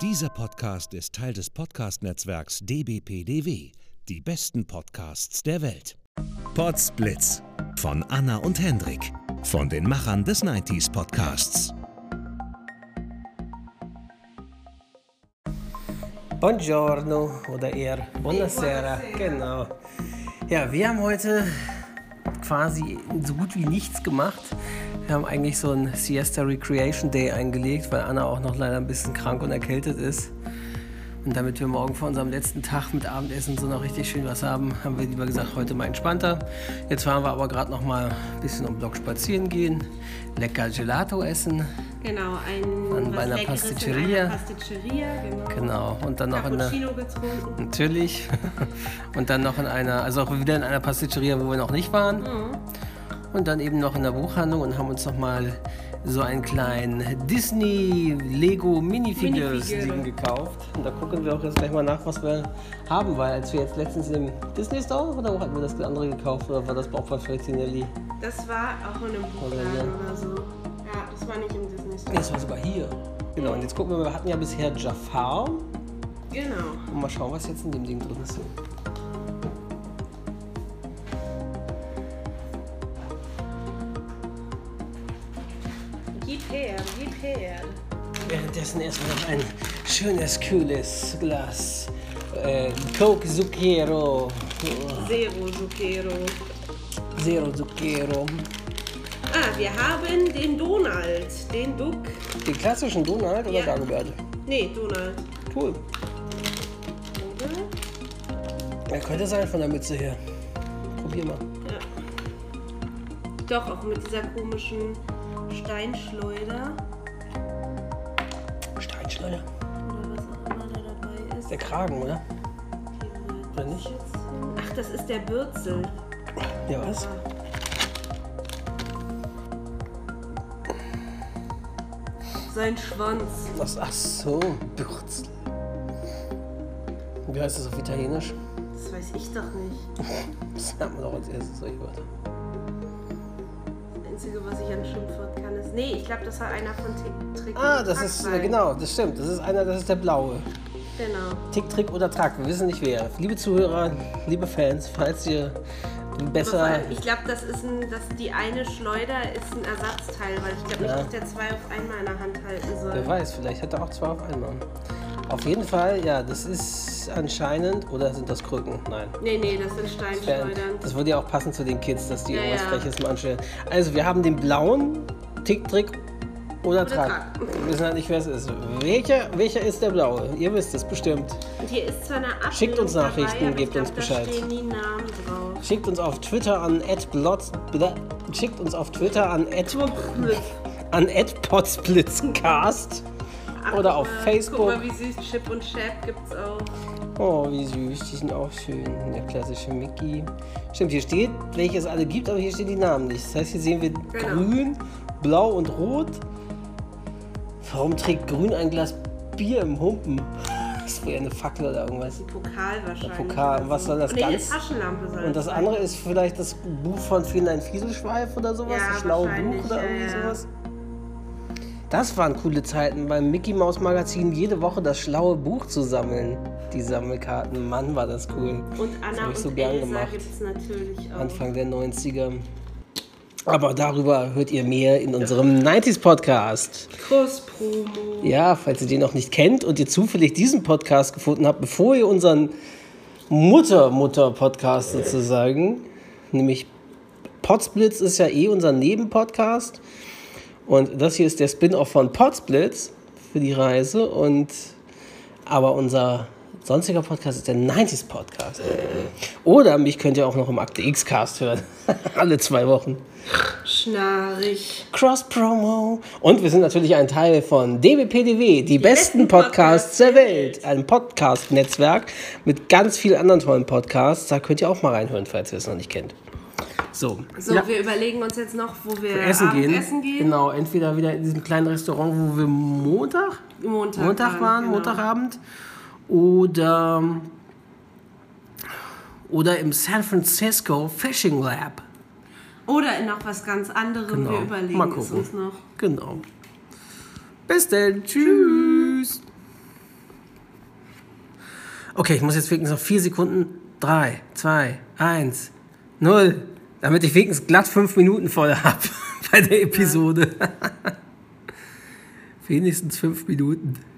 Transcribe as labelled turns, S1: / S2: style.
S1: Dieser Podcast ist Teil des Podcast-Netzwerks dbpdw. Die besten Podcasts der Welt. Pods Blitz von Anna und Hendrik von den Machern des 90s Podcasts.
S2: Buongiorno oder eher Buonasera. Genau. Ja, wir haben heute quasi so gut wie nichts gemacht. Wir haben eigentlich so einen Siesta Recreation Day eingelegt, weil Anna auch noch leider ein bisschen krank und erkältet ist. Und damit wir morgen vor unserem letzten Tag mit Abendessen so noch richtig schön was haben, haben wir lieber gesagt, heute mal entspannter. Jetzt waren wir aber gerade noch mal ein bisschen um den Block spazieren gehen, lecker Gelato essen.
S3: Genau, ein
S2: Dann bei
S3: was
S2: einer
S3: Leckeres in
S2: Pasticceria.
S3: einer Pasticceria, genau.
S2: Genau. Und dann noch in der
S3: Cappuccino getrunken.
S2: Natürlich. Und dann noch in einer, also auch wieder in einer Pasticceria, wo wir noch nicht waren. Und dann eben noch in der Buchhandlung und haben uns nochmal so einen kleinen Disney Lego Minifigures
S3: Minifigure.
S2: Ding gekauft. Und da gucken wir auch jetzt gleich mal nach, was wir haben, weil als wir jetzt letztens im Disney Store oder wo hatten wir das andere gekauft oder war das auch bei Fratinelli?
S3: Das war auch in einem
S2: Oder
S3: Buchladen
S2: so.
S3: oder so. Ja, das war nicht im Disney Store.
S2: Nee, das war sogar hier. Genau, und jetzt gucken wir, mal, wir hatten ja bisher Jafar und
S3: Genau.
S2: mal schauen, was jetzt in dem Ding drin ist.
S3: Gib her, gib her.
S2: Währenddessen erstmal noch ein schönes, kühles Glas äh, Coke Zucchero, Ah.
S3: Zero Zucchero.
S2: Zero Zucchero.
S3: Ah, wir haben den Donald, den Duck.
S2: Den klassischen Donald oder
S3: Ja.
S2: Dagobert?
S3: Nee, Donald.
S2: Cool.
S3: Oder?
S2: Er könnte sein von der Mütze her. Probier mal.
S3: Ja. Doch, auch mit dieser komischen Steinschleuder.
S2: Steinschleuder.
S3: Oder was auch immer da dabei ist.
S2: Der Kragen, oder? Oder nicht?
S3: Ach, das ist der Bürzel.
S2: Ja, was?
S3: Sein Schwanz.
S2: was? Ach so, Bürzel. Wie heißt das auf Italienisch?
S3: Das weiß ich doch nicht.
S2: Das hat man doch als erstes solche Wörter.
S3: Das Einzige, was ich an Schimpfwort kann, ist. Nee, ich glaube, das war einer von Tick Trick.
S2: Ah,
S3: und
S2: das
S3: Track
S2: ist,
S3: sein.
S2: genau, das stimmt. Das ist einer, das ist der blaue.
S3: Genau.
S2: Tick, Trick oder Track, wir wissen nicht wer. Liebe Zuhörer, liebe Fans, falls ihr besser.
S3: Ich glaube, das ist ein, das, die eine Schleuder ist ein Ersatzteil, weil ich glaube nicht,
S2: Ja.
S3: dass der zwei auf einmal in der Hand halten
S2: Wer
S3: soll.
S2: weiß, vielleicht hat er auch zwei auf einmal. Auf jeden Fall, ja, das ist anscheinend. Oder sind das Krücken? Nein.
S3: Nee, nee, das sind
S2: Fan.
S3: Steinschleudern.
S2: Das würde ja auch passen zu den Kids, dass die
S3: Ja,
S2: irgendwas
S3: ja.
S2: Freches mal anstellen. Also, wir haben den blauen Tick, Trick oder Track.
S3: Track.
S2: Wir wissen halt nicht, wer es ist. Welcher, welcher ist der blaue? Ihr wisst es bestimmt.
S3: Und hier ist zwar eine Abbildung
S2: Schickt uns Nachrichten,
S3: dabei, aber
S2: gebt
S3: ich glaub,
S2: uns Bescheid.
S3: Da stehen die Namen drauf.
S2: Schickt uns auf Twitter an @blotz. bla- Schickt uns auf Twitter an an @potsblitzcast oder auf
S3: äh, Guck
S2: Facebook.
S3: mal, wie süß Chip und Chap gibt's auch.
S2: Oh, wie süß, die sind auch schön. Der klassische Mickey. Stimmt, hier steht, welche es alle gibt, aber hier stehen die Namen nicht. Das heißt, hier sehen wir
S3: Genau.
S2: grün, blau und rot. Warum trägt grün ein Glas Bier im Humpen? Das wäre eine Fackel oder irgendwas.
S3: Ein Pokal wahrscheinlich.
S2: Pokal,
S3: oder
S2: was
S3: so.
S2: soll das
S3: nee, eine
S2: ganz-
S3: Taschenlampe soll
S2: Und das
S3: sein.
S2: andere ist vielleicht das Buch von Fräulein Fieselschweif oder sowas,
S3: Ja,
S2: das schlaue Buch
S3: wahrscheinlich,
S2: oder
S3: ja,
S2: irgendwie
S3: ja.
S2: sowas. Das waren coole Zeiten beim Mickey Mouse Magazin, jede Woche das schlaue Buch zu sammeln. Die Sammelkarten, Mann, war das cool.
S3: Und
S2: Das
S3: Anna
S2: hab
S3: und
S2: ich so gern
S3: Elsa
S2: gemacht.
S3: gibt's natürlich auch.
S2: Anfang der 90er. Aber darüber hört ihr mehr in unserem 90s Podcast.
S3: Kuss-Promo.
S2: Ja, falls ihr den noch nicht kennt und ihr zufällig diesen Podcast gefunden habt, bevor ihr unseren Mutter-Mutter-Podcast sozusagen, nämlich Potsblitz ist ja eh unser Nebenpodcast. Und das hier ist der Spin-off von Potsblitz für die Reise. Und aber unser sonstiger Podcast ist der 90s Podcast. Oder mich könnt ihr auch noch im Akte X-Cast hören. Alle zwei Wochen.
S3: Schnarrig.
S2: Cross-Promo. Und wir sind natürlich ein Teil von DBPDW, die, besten
S3: besten
S2: Podcasts
S3: Podcasts
S2: der Welt. Ein Podcast-Netzwerk mit ganz vielen anderen tollen Podcasts. Da könnt ihr auch mal reinhören, falls ihr es noch nicht kennt. So,
S3: So,
S2: Ja.
S3: wir überlegen uns jetzt noch, wo wir
S2: essen,
S3: Abend
S2: gehen.
S3: essen gehen.
S2: Genau, entweder wieder in diesem kleinen Restaurant, wo wir Montag,
S3: Montag
S2: Montag
S3: waren,
S2: waren,
S3: genau.
S2: Montagabend. Oder, oder im San Francisco Fishing Lab.
S3: Oder in noch was ganz anderem.
S2: Genau.
S3: Wir überlegen
S2: Mal Genau.
S3: es
S2: gucken.
S3: uns noch.
S2: Genau. Bis dann. Tschüss. Okay, ich muss jetzt wenigstens noch vier Sekunden. Drei, zwei, eins, null. Damit ich wenigstens glatt fünf Minuten voll habe bei der Episode. wenigstens fünf Minuten.